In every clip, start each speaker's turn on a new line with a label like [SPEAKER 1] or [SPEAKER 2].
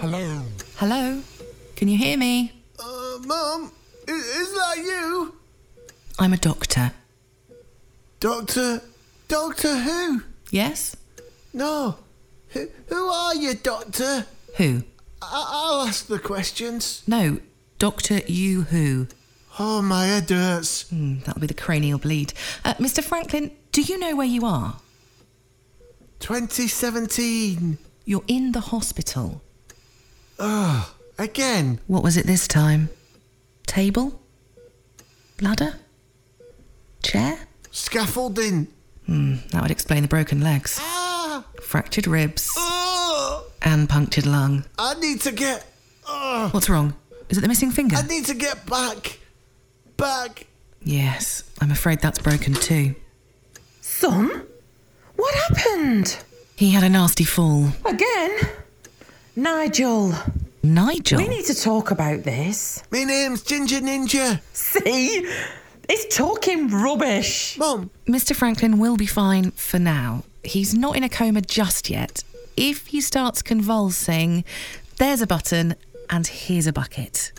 [SPEAKER 1] Hello.
[SPEAKER 2] Hello? Can you hear me?
[SPEAKER 1] Uh, Mum, is, is that you?
[SPEAKER 2] I'm a doctor.
[SPEAKER 1] Doctor. Doctor who?
[SPEAKER 2] Yes?
[SPEAKER 1] No. Who, who are you, Doctor?
[SPEAKER 2] Who?
[SPEAKER 1] I, I'll ask the questions.
[SPEAKER 2] No, Doctor You Who.
[SPEAKER 1] Oh, my head hurts.
[SPEAKER 2] Hmm, that'll be the cranial bleed. Uh, Mr. Franklin, do you know where you are?
[SPEAKER 1] 2017.
[SPEAKER 2] You're in the hospital.
[SPEAKER 1] Ugh, again.
[SPEAKER 2] What was it this time? Table? Ladder? Chair?
[SPEAKER 1] Scaffolding.
[SPEAKER 2] Hmm, that would explain the broken legs,
[SPEAKER 1] Ah!
[SPEAKER 2] fractured ribs,
[SPEAKER 1] Ugh!
[SPEAKER 2] and punctured lung.
[SPEAKER 1] I need to get. Ugh!
[SPEAKER 2] What's wrong? Is it the missing finger?
[SPEAKER 1] I need to get back. Back.
[SPEAKER 2] Yes, I'm afraid that's broken too.
[SPEAKER 3] Thumb? What happened?
[SPEAKER 2] He had a nasty fall.
[SPEAKER 3] Again? Nigel,
[SPEAKER 2] Nigel?
[SPEAKER 3] we need to talk about this.
[SPEAKER 1] My name's Ginger Ninja.
[SPEAKER 3] See? It's talking rubbish.
[SPEAKER 1] Mum,
[SPEAKER 2] Mr. Franklin will be fine for now. He's not in a coma just yet. If he starts convulsing, there's a button and here's a bucket.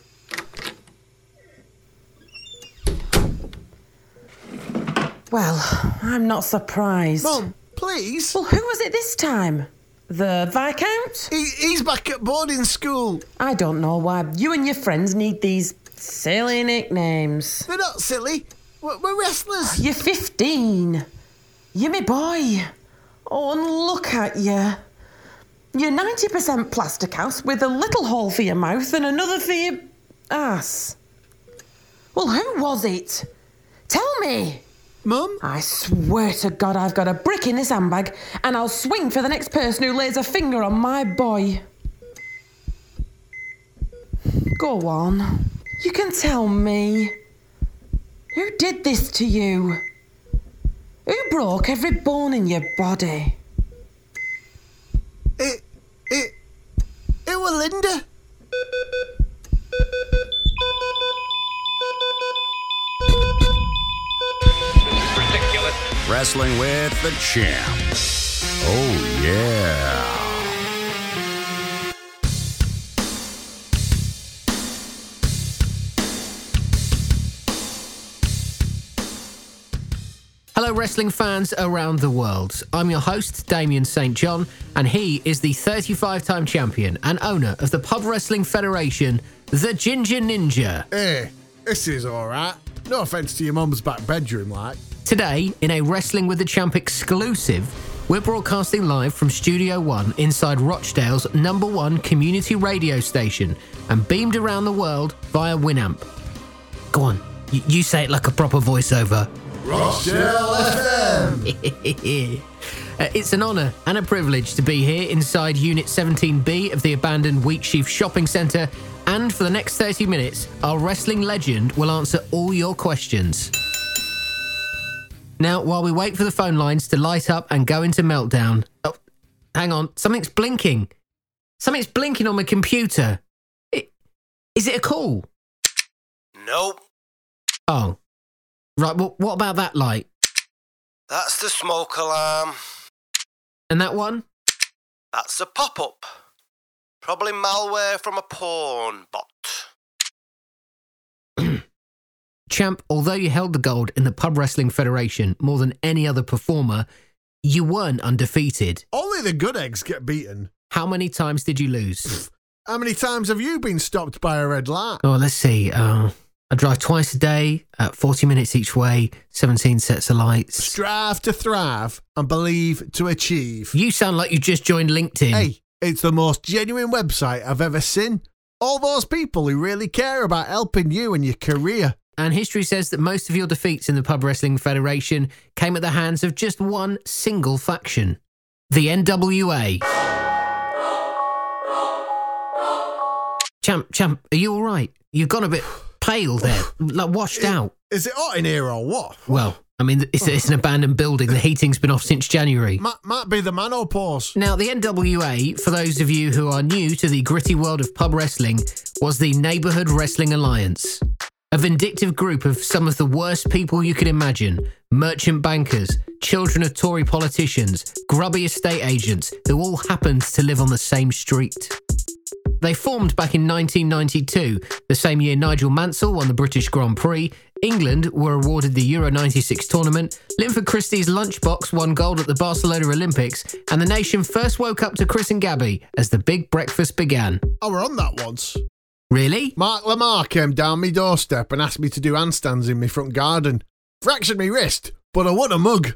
[SPEAKER 3] Well, I'm not surprised.
[SPEAKER 1] Mum, please.
[SPEAKER 3] Well, who was it this time? The Viscount?
[SPEAKER 1] He, he's back at boarding school.
[SPEAKER 3] I don't know why you and your friends need these silly nicknames.
[SPEAKER 1] They're not silly. We're, we're wrestlers.
[SPEAKER 3] You're 15. You're my boy. Oh, and look at you. You're 90% plastic house with a little hole for your mouth and another for your ass. Well, who was it? Tell me.
[SPEAKER 1] Mum,
[SPEAKER 3] I swear to God, I've got a brick in this handbag and I'll swing for the next person who lays a finger on my boy. Go on. You can tell me. Who did this to you? Who broke every bone in your body?
[SPEAKER 1] it, it, it was Linda.
[SPEAKER 4] ridiculous.
[SPEAKER 5] Wrestling with the champ. Oh, yeah.
[SPEAKER 6] Hello, wrestling fans around the world. I'm your host, Damien St. John, and he is the 35 time champion and owner of the Pub Wrestling Federation, the Ginger Ninja.
[SPEAKER 7] Hey, this is alright. No offence to your mum's back bedroom, like.
[SPEAKER 6] Today, in a Wrestling with the Champ exclusive, we're broadcasting live from Studio One inside Rochdale's number one community radio station and beamed around the world via Winamp. Go on, y- you say it like a proper voiceover. Uh, it's an honour and a privilege to be here inside Unit 17B of the abandoned Wheatsheaf Shopping Centre. And for the next 30 minutes, our wrestling legend will answer all your questions. Now, while we wait for the phone lines to light up and go into meltdown. Oh, hang on, something's blinking. Something's blinking on my computer. I- Is it a call?
[SPEAKER 8] Nope,
[SPEAKER 6] Oh. Right, well, what about that light?
[SPEAKER 8] that's the smoke alarm.
[SPEAKER 6] And that one?
[SPEAKER 8] That's a pop up. Probably malware from a porn bot.
[SPEAKER 6] Champ, although you held the gold in the Pub Wrestling Federation more than any other performer, you weren't undefeated.
[SPEAKER 7] Only the good eggs get beaten.
[SPEAKER 6] How many times did you lose?
[SPEAKER 7] How many times have you been stopped by a red light?
[SPEAKER 6] oh, let's see. Uh, I drive twice a day, at 40 minutes each way, 17 sets of lights.
[SPEAKER 7] Strive to thrive and believe to achieve.
[SPEAKER 6] You sound like you just joined LinkedIn.
[SPEAKER 7] Hey, it's the most genuine website I've ever seen. All those people who really care about helping you and your career.
[SPEAKER 6] And history says that most of your defeats in the Pub Wrestling Federation came at the hands of just one single faction the NWA. Champ, champ, are you all right? You've gone a bit pale there, like washed out.
[SPEAKER 7] Is it hot in here or what?
[SPEAKER 6] Well, I mean, it's, it's an abandoned building. The heating's been off since January.
[SPEAKER 7] Might, might be the man or pause.
[SPEAKER 6] Now, the NWA, for those of you who are new to the gritty world of pub wrestling, was the Neighbourhood Wrestling Alliance. A vindictive group of some of the worst people you can imagine merchant bankers, children of Tory politicians, grubby estate agents who all happened to live on the same street. They formed back in 1992, the same year Nigel Mansell won the British Grand Prix, England were awarded the Euro 96 tournament, Linford Christie's lunchbox won gold at the Barcelona Olympics, and the nation first woke up to Chris and Gabby as the big breakfast began.
[SPEAKER 7] I were on that once.
[SPEAKER 6] Really?
[SPEAKER 7] Mark Lamar came down my doorstep and asked me to do handstands in my front garden. Fractured my wrist, but I won a mug.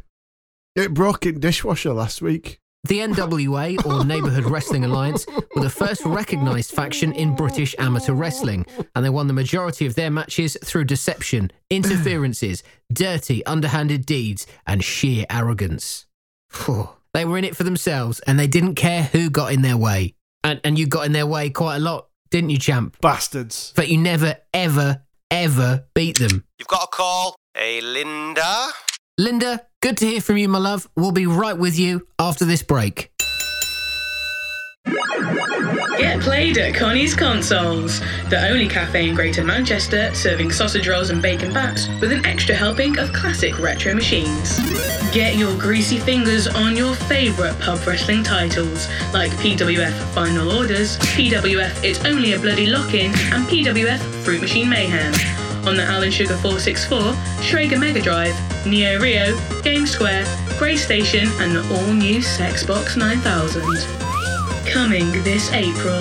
[SPEAKER 7] It broke in dishwasher last week.
[SPEAKER 6] The NWA, or Neighbourhood Wrestling Alliance, were the first recognised faction in British amateur wrestling, and they won the majority of their matches through deception, interferences, dirty, underhanded deeds, and sheer arrogance. Phew. They were in it for themselves, and they didn't care who got in their way. And, and you got in their way quite a lot, didn't you, champ?
[SPEAKER 7] Bastards.
[SPEAKER 6] But you never, ever, ever beat them.
[SPEAKER 8] You've got a call. Hey, Linda.
[SPEAKER 6] Linda, good to hear from you, my love. We'll be right with you after this break.
[SPEAKER 9] Get played at Connie's Consoles, the only cafe in Greater Manchester serving sausage rolls and bacon bats with an extra helping of classic retro machines. Get your greasy fingers on your favourite pub wrestling titles like PWF Final Orders, PWF It's Only a Bloody Lock In, and PWF Fruit Machine Mayhem. On the Alan Sugar 464, Schrager Mega Drive, Neo Rio, Game Square, Grey Station, and the all new Sexbox 9000. Coming this April,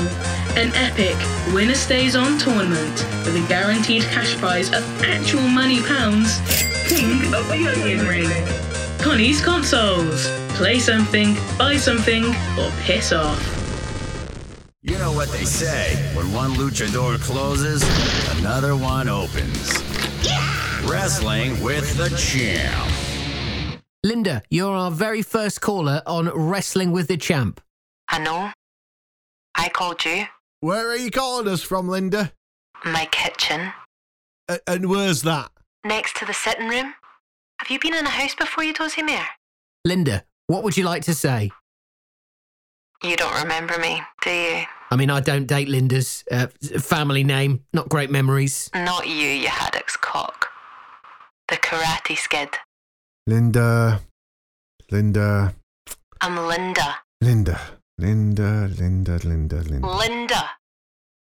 [SPEAKER 9] an epic winner stays on tournament with a guaranteed cash prize of actual money pounds. King of the Onion Ring. Connie's Consoles. Play something, buy something, or piss off.
[SPEAKER 10] You know what they say when one luchador closes, another one opens. Wrestling with the champ.
[SPEAKER 6] Linda, you're our very first caller on Wrestling with the Champ.
[SPEAKER 11] Hello? I called you.
[SPEAKER 7] Where are you calling us from, Linda?
[SPEAKER 11] My kitchen.
[SPEAKER 7] A- and where's that?
[SPEAKER 11] Next to the sitting room. Have you been in a house before, you dozy mare?
[SPEAKER 6] Linda, what would you like to say?
[SPEAKER 11] You don't remember me, do you?
[SPEAKER 6] I mean, I don't date Linda's uh, family name, not great memories.
[SPEAKER 11] Not you, you haddock's cock. The karate skid.
[SPEAKER 7] Linda. Linda.
[SPEAKER 11] I'm Linda.
[SPEAKER 7] Linda. Linda, Linda, Linda, Linda.
[SPEAKER 11] Linda.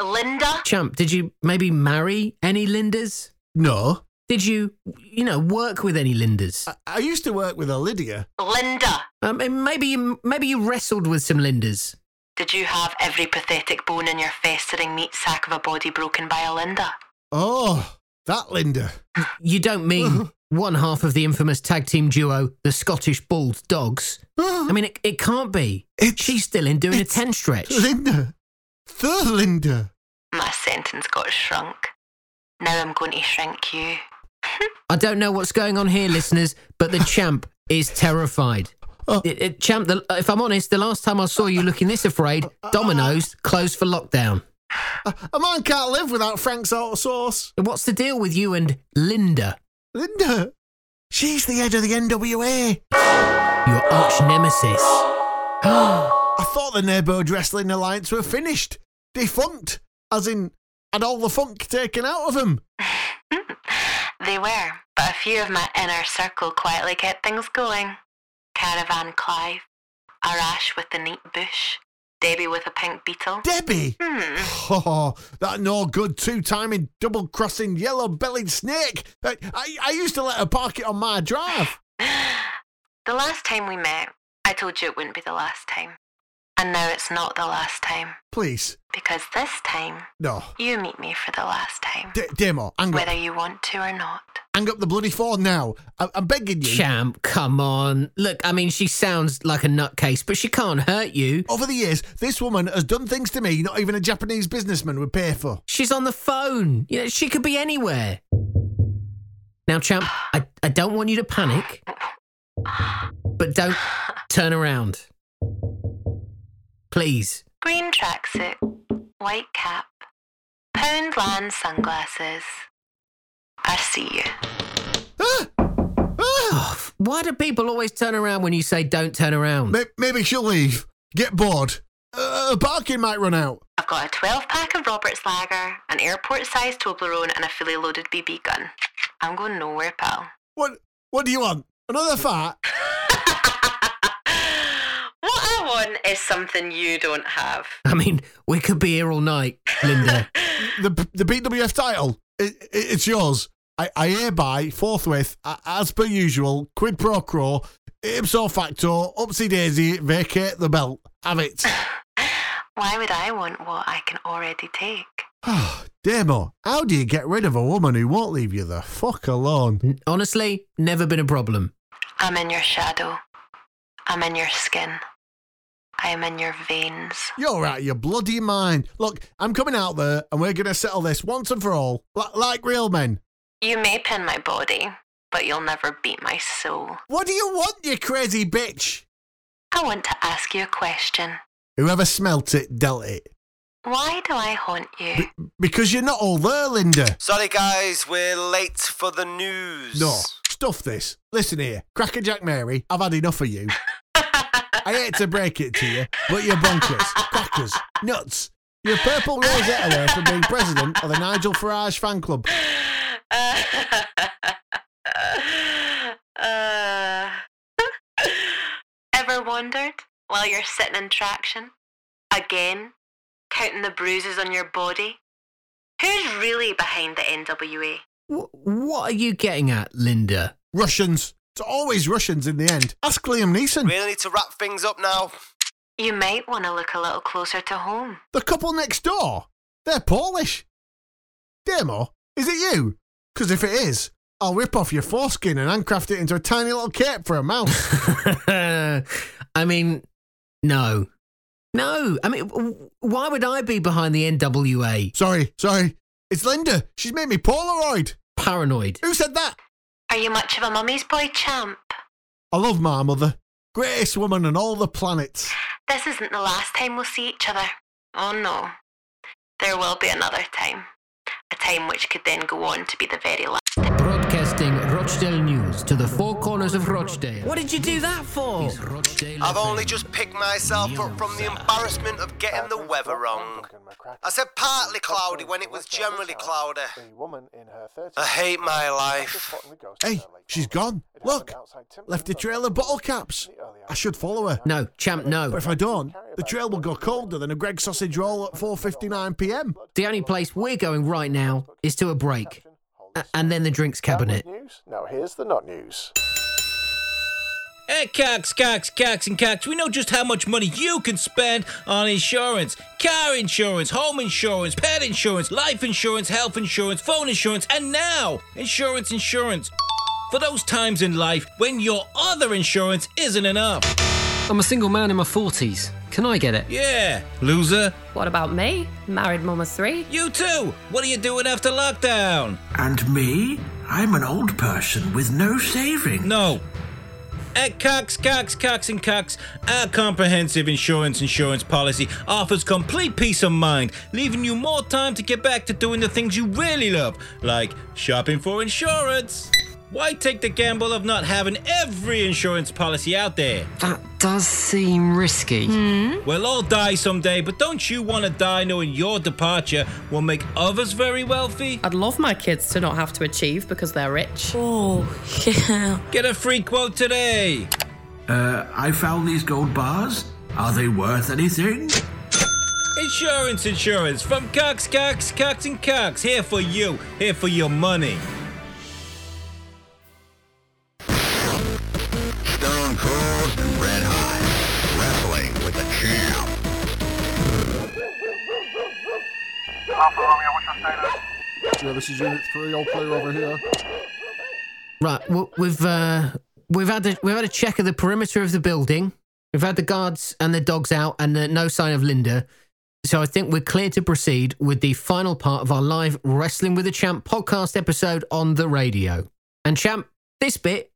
[SPEAKER 11] Linda?
[SPEAKER 6] Champ, did you maybe marry any Lindas?
[SPEAKER 7] No.
[SPEAKER 6] Did you, you know, work with any Lindas?
[SPEAKER 7] I, I used to work with a Lydia.
[SPEAKER 11] Linda.
[SPEAKER 6] Um, and maybe you, maybe you wrestled with some Lindas.
[SPEAKER 11] Did you have every pathetic bone in your festering meat sack of a body broken by a Linda?
[SPEAKER 7] Oh, that Linda.
[SPEAKER 6] You don't mean one half of the infamous tag team duo, the Scottish Bald Dogs. I mean, it, it can't be.
[SPEAKER 7] It's-
[SPEAKER 6] She's still in doing a 10 stretch.
[SPEAKER 7] Linda. The Linda.
[SPEAKER 11] My sentence got shrunk. Now I'm going to shrink you.
[SPEAKER 6] I don't know what's going on here, listeners, but the champ is terrified.
[SPEAKER 7] Oh.
[SPEAKER 6] It- it- champ, the, if I'm honest, the last time I saw you looking this afraid, Domino's closed for lockdown.
[SPEAKER 7] A man can't live without Frank's hot sauce.
[SPEAKER 6] What's the deal with you and Linda,
[SPEAKER 7] Linda. She's the head of the NWA.
[SPEAKER 6] your arch nemesis?
[SPEAKER 7] I thought the Neighbourhood Wrestling Alliance were finished. Defunct. As in, had all the funk taken out of them.
[SPEAKER 11] They were, but a few of my inner circle quietly kept things going. Caravan Clive, Arash with the neat bush, Debbie with a pink beetle.
[SPEAKER 7] Debbie.
[SPEAKER 11] Hmm.
[SPEAKER 7] Oh, that no good two timing, double crossing, yellow bellied snake. I, I, I used to let her park it on my drive.
[SPEAKER 11] The last time we met, I told you it wouldn't be the last time. And now it's not the last time,
[SPEAKER 7] Please,
[SPEAKER 11] because this time,
[SPEAKER 7] no.
[SPEAKER 11] you meet me for the last time,
[SPEAKER 7] D- Demo, hang up.
[SPEAKER 11] whether you want to or not.
[SPEAKER 7] Hang up the bloody phone now. I- I'm begging you.
[SPEAKER 6] Champ, come on. Look, I mean, she sounds like a nutcase, but she can't hurt you.
[SPEAKER 7] Over the years, this woman has done things to me not even a Japanese businessman would pay for.
[SPEAKER 6] She's on the phone. You know, she could be anywhere. Now, champ, I, I don't want you to panic, but don't turn around. Please.
[SPEAKER 11] Green tracksuit, white cap, Poundland sunglasses. I see you.
[SPEAKER 7] Ah! Ah!
[SPEAKER 6] Why do people always turn around when you say don't turn around?
[SPEAKER 7] Maybe she'll leave. Get bored. Uh, parking might run out.
[SPEAKER 11] I've got a 12 pack of Robert's Lager, an airport sized Toblerone, and a fully loaded BB gun. I'm going nowhere, pal.
[SPEAKER 7] What What do you want? Another fart?
[SPEAKER 11] What I want is something you don't have.
[SPEAKER 6] I mean, we could be here all night, Linda.
[SPEAKER 7] the the BWF title. It, it, it's yours. I, I hereby, forthwith, a- as per usual, quid pro quo, ipso facto, upsy daisy, vacate the belt. Have it.
[SPEAKER 11] Why would I want what I can already take?
[SPEAKER 7] Demo, how do you get rid of a woman who won't leave you the fuck alone?
[SPEAKER 6] Honestly, never been a problem.
[SPEAKER 11] I'm in your shadow. I'm in your skin. I am in your veins.
[SPEAKER 7] You're out of your bloody mind. Look, I'm coming out there and we're going to settle this once and for all, li- like real men.
[SPEAKER 11] You may pin my body, but you'll never beat my soul.
[SPEAKER 7] What do you want, you crazy bitch?
[SPEAKER 11] I want to ask you a question.
[SPEAKER 7] Whoever smelt it, dealt it.
[SPEAKER 11] Why do I haunt you?
[SPEAKER 7] Because you're not all there, Linda.
[SPEAKER 8] Sorry, guys, we're late for the news.
[SPEAKER 7] No, stuff this. Listen here, Cracker Jack Mary, I've had enough of you. I hate to break it to you, but you're bonkers, crackers, nuts. You're a purple rosette away from being president of the Nigel Farage fan club.
[SPEAKER 11] Uh, ever wondered while you're sitting in traction? Again, counting the bruises on your body? Who's really behind the NWA?
[SPEAKER 6] What are you getting at, Linda?
[SPEAKER 7] Russians. It's always Russians in the end. Ask Liam Neeson.
[SPEAKER 8] Really need to wrap things up now.
[SPEAKER 11] You might want to look a little closer to home.
[SPEAKER 7] The couple next door. They're Polish. Demo, is it you? Because if it is, I'll rip off your foreskin and handcraft it into a tiny little cape for a mouse.
[SPEAKER 6] I mean, no. No. I mean, w- why would I be behind the NWA?
[SPEAKER 7] sorry, sorry. It's Linda. She's made me Polaroid.
[SPEAKER 6] Paranoid.
[SPEAKER 7] Who said that?
[SPEAKER 11] Are you much of a mummy's boy champ?
[SPEAKER 7] I love my mother. Greatest woman on all the planets.
[SPEAKER 11] This isn't the last time we'll see each other. Oh no. There will be another time. A time which could then go on to be the very last.
[SPEAKER 6] Broadcasting Rochdale News to the four corners of Rochdale.
[SPEAKER 3] What did you do that for?
[SPEAKER 8] I've only just picked myself up from the embarrassment of getting the weather wrong. I said partly cloudy when it was generally cloudy. I hate my life.
[SPEAKER 7] Hey, she's gone. Look, left a trail of bottle caps. I should follow her.
[SPEAKER 6] No, champ,
[SPEAKER 7] But
[SPEAKER 6] no.
[SPEAKER 7] if I don't, the trail will go colder than a Greg sausage roll at 4:59 p.m.
[SPEAKER 6] The only place we're going right now is to a break. A- and then the drinks cabinet.
[SPEAKER 12] Now here's the not news.
[SPEAKER 13] At Cox, Cox, Cox, and Cox, we know just how much money you can spend on insurance car insurance, home insurance, pet insurance, life insurance, health insurance, phone insurance, and now insurance insurance. For those times in life when your other insurance isn't enough.
[SPEAKER 14] I'm a single man in my 40s. Can I get it?
[SPEAKER 13] Yeah, loser.
[SPEAKER 15] What about me? Married mum of three?
[SPEAKER 13] You too. What are you doing after lockdown?
[SPEAKER 16] And me? I'm an old person with no saving.
[SPEAKER 13] No. At Cox, Cox, Cox and Cox, our comprehensive insurance insurance policy offers complete peace of mind, leaving you more time to get back to doing the things you really love, like shopping for insurance. Why take the gamble of not having every insurance policy out there?
[SPEAKER 14] That does seem risky.
[SPEAKER 13] We'll all die someday, but don't you want to die knowing your departure will make others very wealthy?
[SPEAKER 15] I'd love my kids to not have to achieve because they're rich. Oh, yeah.
[SPEAKER 13] Get a free quote today.
[SPEAKER 16] Uh, I found these gold bars. Are they worth anything?
[SPEAKER 13] Insurance, insurance from Cox, Cox, Cox and Cox. Here for you, here for your money.
[SPEAKER 10] Stone Cold and Red Hot. Wrestling with the champ.
[SPEAKER 17] Yeah, this is Unit 3. I'll play over here.
[SPEAKER 6] Right, w- we've uh, we've had a, we've had a check of the perimeter of the building. We've had the guards and the dogs out, and uh, no sign of Linda. So I think we're clear to proceed with the final part of our live Wrestling with the Champ podcast episode on the radio. And Champ, this bit,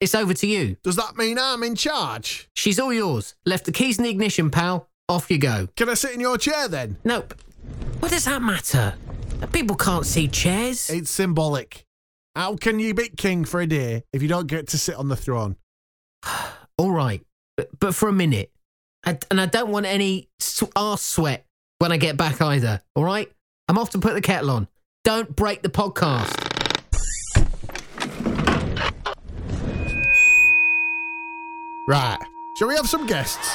[SPEAKER 6] it's over to you.
[SPEAKER 7] Does that mean I'm in charge?
[SPEAKER 6] She's all yours. Left the keys in the ignition, pal. Off you go.
[SPEAKER 7] Can I sit in your chair then?
[SPEAKER 6] Nope. What does that matter? People can't see chairs.
[SPEAKER 7] It's symbolic. How can you be king for a day if you don't get to sit on the throne?
[SPEAKER 6] All right, but, but for a minute. I, and I don't want any sw- arse sweat when I get back either, all right? I'm off to put the kettle on. Don't break the podcast.
[SPEAKER 7] Right. Shall we have some guests?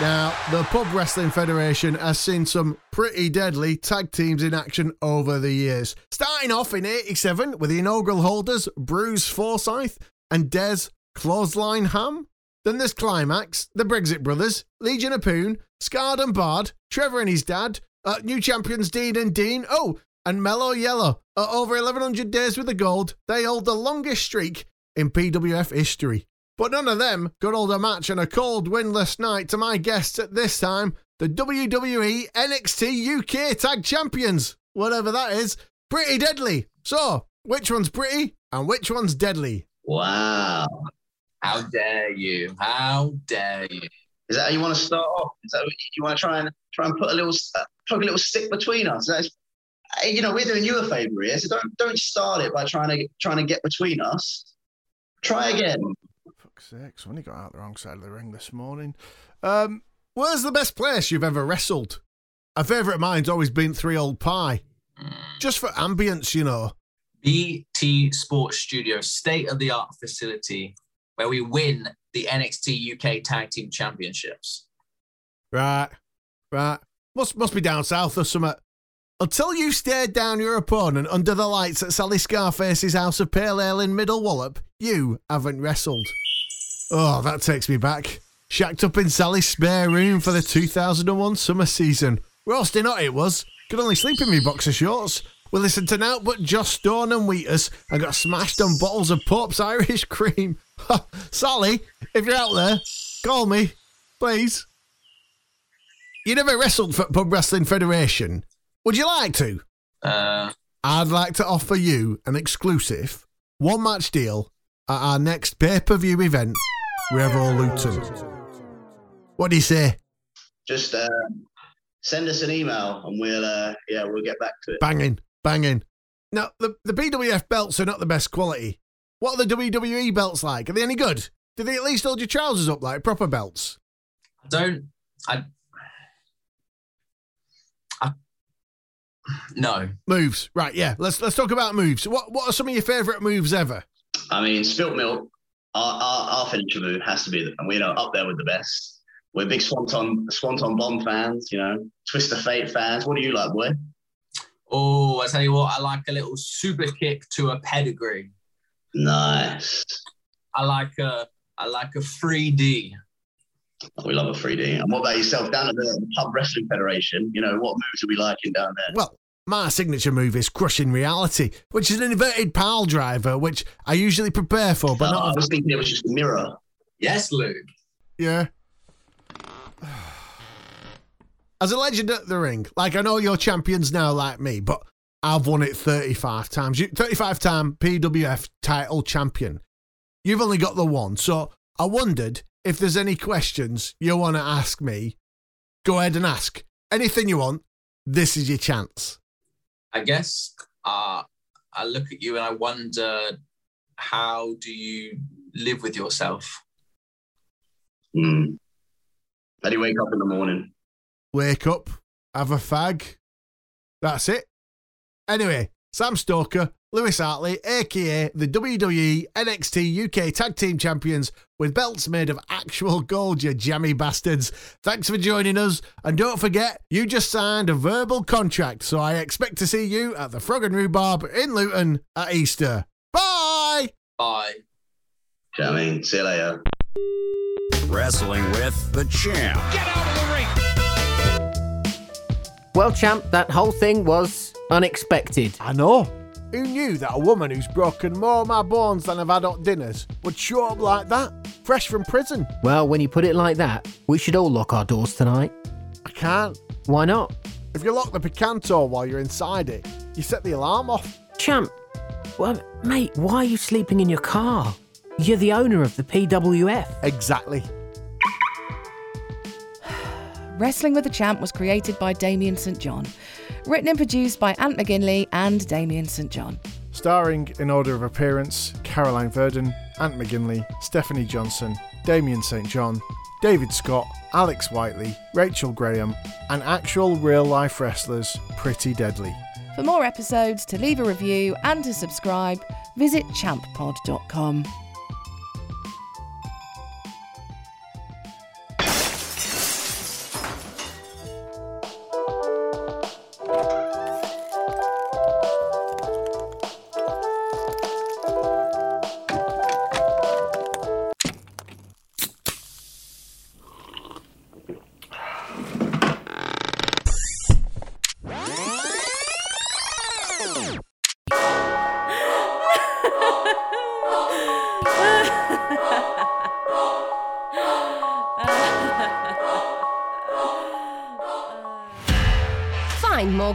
[SPEAKER 7] Now, the Pub Wrestling Federation has seen some pretty deadly tag teams in action over the years. Starting off in 87 with the inaugural holders Bruce Forsyth and Des Clothesline Ham. Then there's Climax, the Brexit Brothers, Legion of Poon, Scarred and Bard, Trevor and his dad, uh, new champions Dean and Dean. Oh, and Mellow Yellow. At over 1,100 days with the gold, they hold the longest streak in PWF history. But none of them could hold a match on a cold, windless night to my guests at this time, the E WWE NXT UK Tag Champions, whatever that is, pretty deadly. So, which one's pretty and which one's deadly?
[SPEAKER 18] Wow. How dare you? How dare you? Is that how you want to start off? Is that what you- you want to try and try and put a little s- plug a little stick between us? That's, Hey, you know, we're doing you a favour here, so don't don't start it by trying to trying to get between us. Try again.
[SPEAKER 7] Fuck's sake, somebody got out the wrong side of the ring this morning. Um, where's the best place you've ever wrestled? A favourite of mine's always been Three Old Pie. Just for ambience, you know.
[SPEAKER 18] BT Sports Studio, state of the art facility where we win the NXT UK Tag Team Championships.
[SPEAKER 7] Right, right. Must must be down south or something. Until you stared down your opponent under the lights at Sally Scarface's house of pale ale in Middle Wallop, you haven't wrestled. Oh, that takes me back. Shacked up in Sally's spare room for the 2001 summer season. Roasting hot it was. Could only sleep in me boxer shorts. We listened to now but Josh Stone and Wheatus and got smashed on bottles of Pope's Irish cream. Sally, if you're out there, call me, please. You never wrestled for Pub Wrestling Federation. Would you like to?
[SPEAKER 18] Uh,
[SPEAKER 7] I'd like to offer you an exclusive one match deal at our next pay per view event, Revolution. What do you say?
[SPEAKER 18] Just uh, send us an email and we'll uh, yeah we'll get back to it.
[SPEAKER 7] Banging, banging. Now, the, the BWF belts are not the best quality. What are the WWE belts like? Are they any good? Do they at least hold your trousers up like proper belts?
[SPEAKER 18] I don't. I. I no.
[SPEAKER 7] Moves, right? Yeah. Let's let's talk about moves. What what are some of your favourite moves ever?
[SPEAKER 18] I mean, spilt milk. Our, our, our finisher move has to be, the, and we know up there with the best. We're big Swanton Swanton Bomb fans, you know, Twist of Fate fans. What do you like, boy? Oh, I tell you what, I like a little super kick to a pedigree. Nice. I like a I like a 3D. We love a 3D. And what about yourself down at the Pub Wrestling Federation? You know, what moves are we liking down there?
[SPEAKER 7] Well, my signature move is Crushing Reality, which is an inverted pile driver, which I usually prepare for, but
[SPEAKER 18] Uh, I
[SPEAKER 7] not.
[SPEAKER 18] was thinking it was just a mirror. Yes, Luke.
[SPEAKER 7] Yeah. As a legend at the ring, like I know you're champions now, like me, but I've won it 35 times. You, 35 time PWF title champion. You've only got the one. So I wondered if there's any questions you want to ask me. Go ahead and ask. Anything you want, this is your chance.
[SPEAKER 18] I guess uh, I look at you and I wonder how do you live with yourself? How do you wake up in the morning?
[SPEAKER 7] wake up, have a fag. That's it. Anyway, Sam Stoker, Lewis Hartley, aka the E WWE NXT UK Tag Team Champions, with belts made of actual gold, you jammy bastards. Thanks for joining us, and don't forget, you just signed a verbal contract, so I expect to see you at the Frog and Rhubarb in Luton at Easter. Bye!
[SPEAKER 18] Bye. I mean, see you later.
[SPEAKER 10] Wrestling with the champ.
[SPEAKER 6] Well, champ, that whole thing was unexpected.
[SPEAKER 7] I know. Who knew that a woman who's broken more of my bones than I've had hot dinners would show up like that, fresh from prison?
[SPEAKER 6] Well, when you put it like that, we should all lock our doors tonight.
[SPEAKER 7] I can't.
[SPEAKER 6] Why not?
[SPEAKER 7] If you lock the Picanto while you're inside it, you set the alarm off.
[SPEAKER 6] Champ, well, mate, why are you sleeping in your car? You're the owner of the PWF.
[SPEAKER 7] Exactly.
[SPEAKER 2] Wrestling with the Champ was created by Damien St. John. Written and produced by Ant McGinley and Damien St. John.
[SPEAKER 7] Starring, in order of appearance, Caroline Verdon, Ant McGinley, Stephanie Johnson, Damien St. John, David Scott, Alex Whiteley, Rachel Graham, and actual real life wrestlers Pretty Deadly.
[SPEAKER 2] For more episodes, to leave a review and to subscribe, visit champpod.com.
[SPEAKER 11] Find more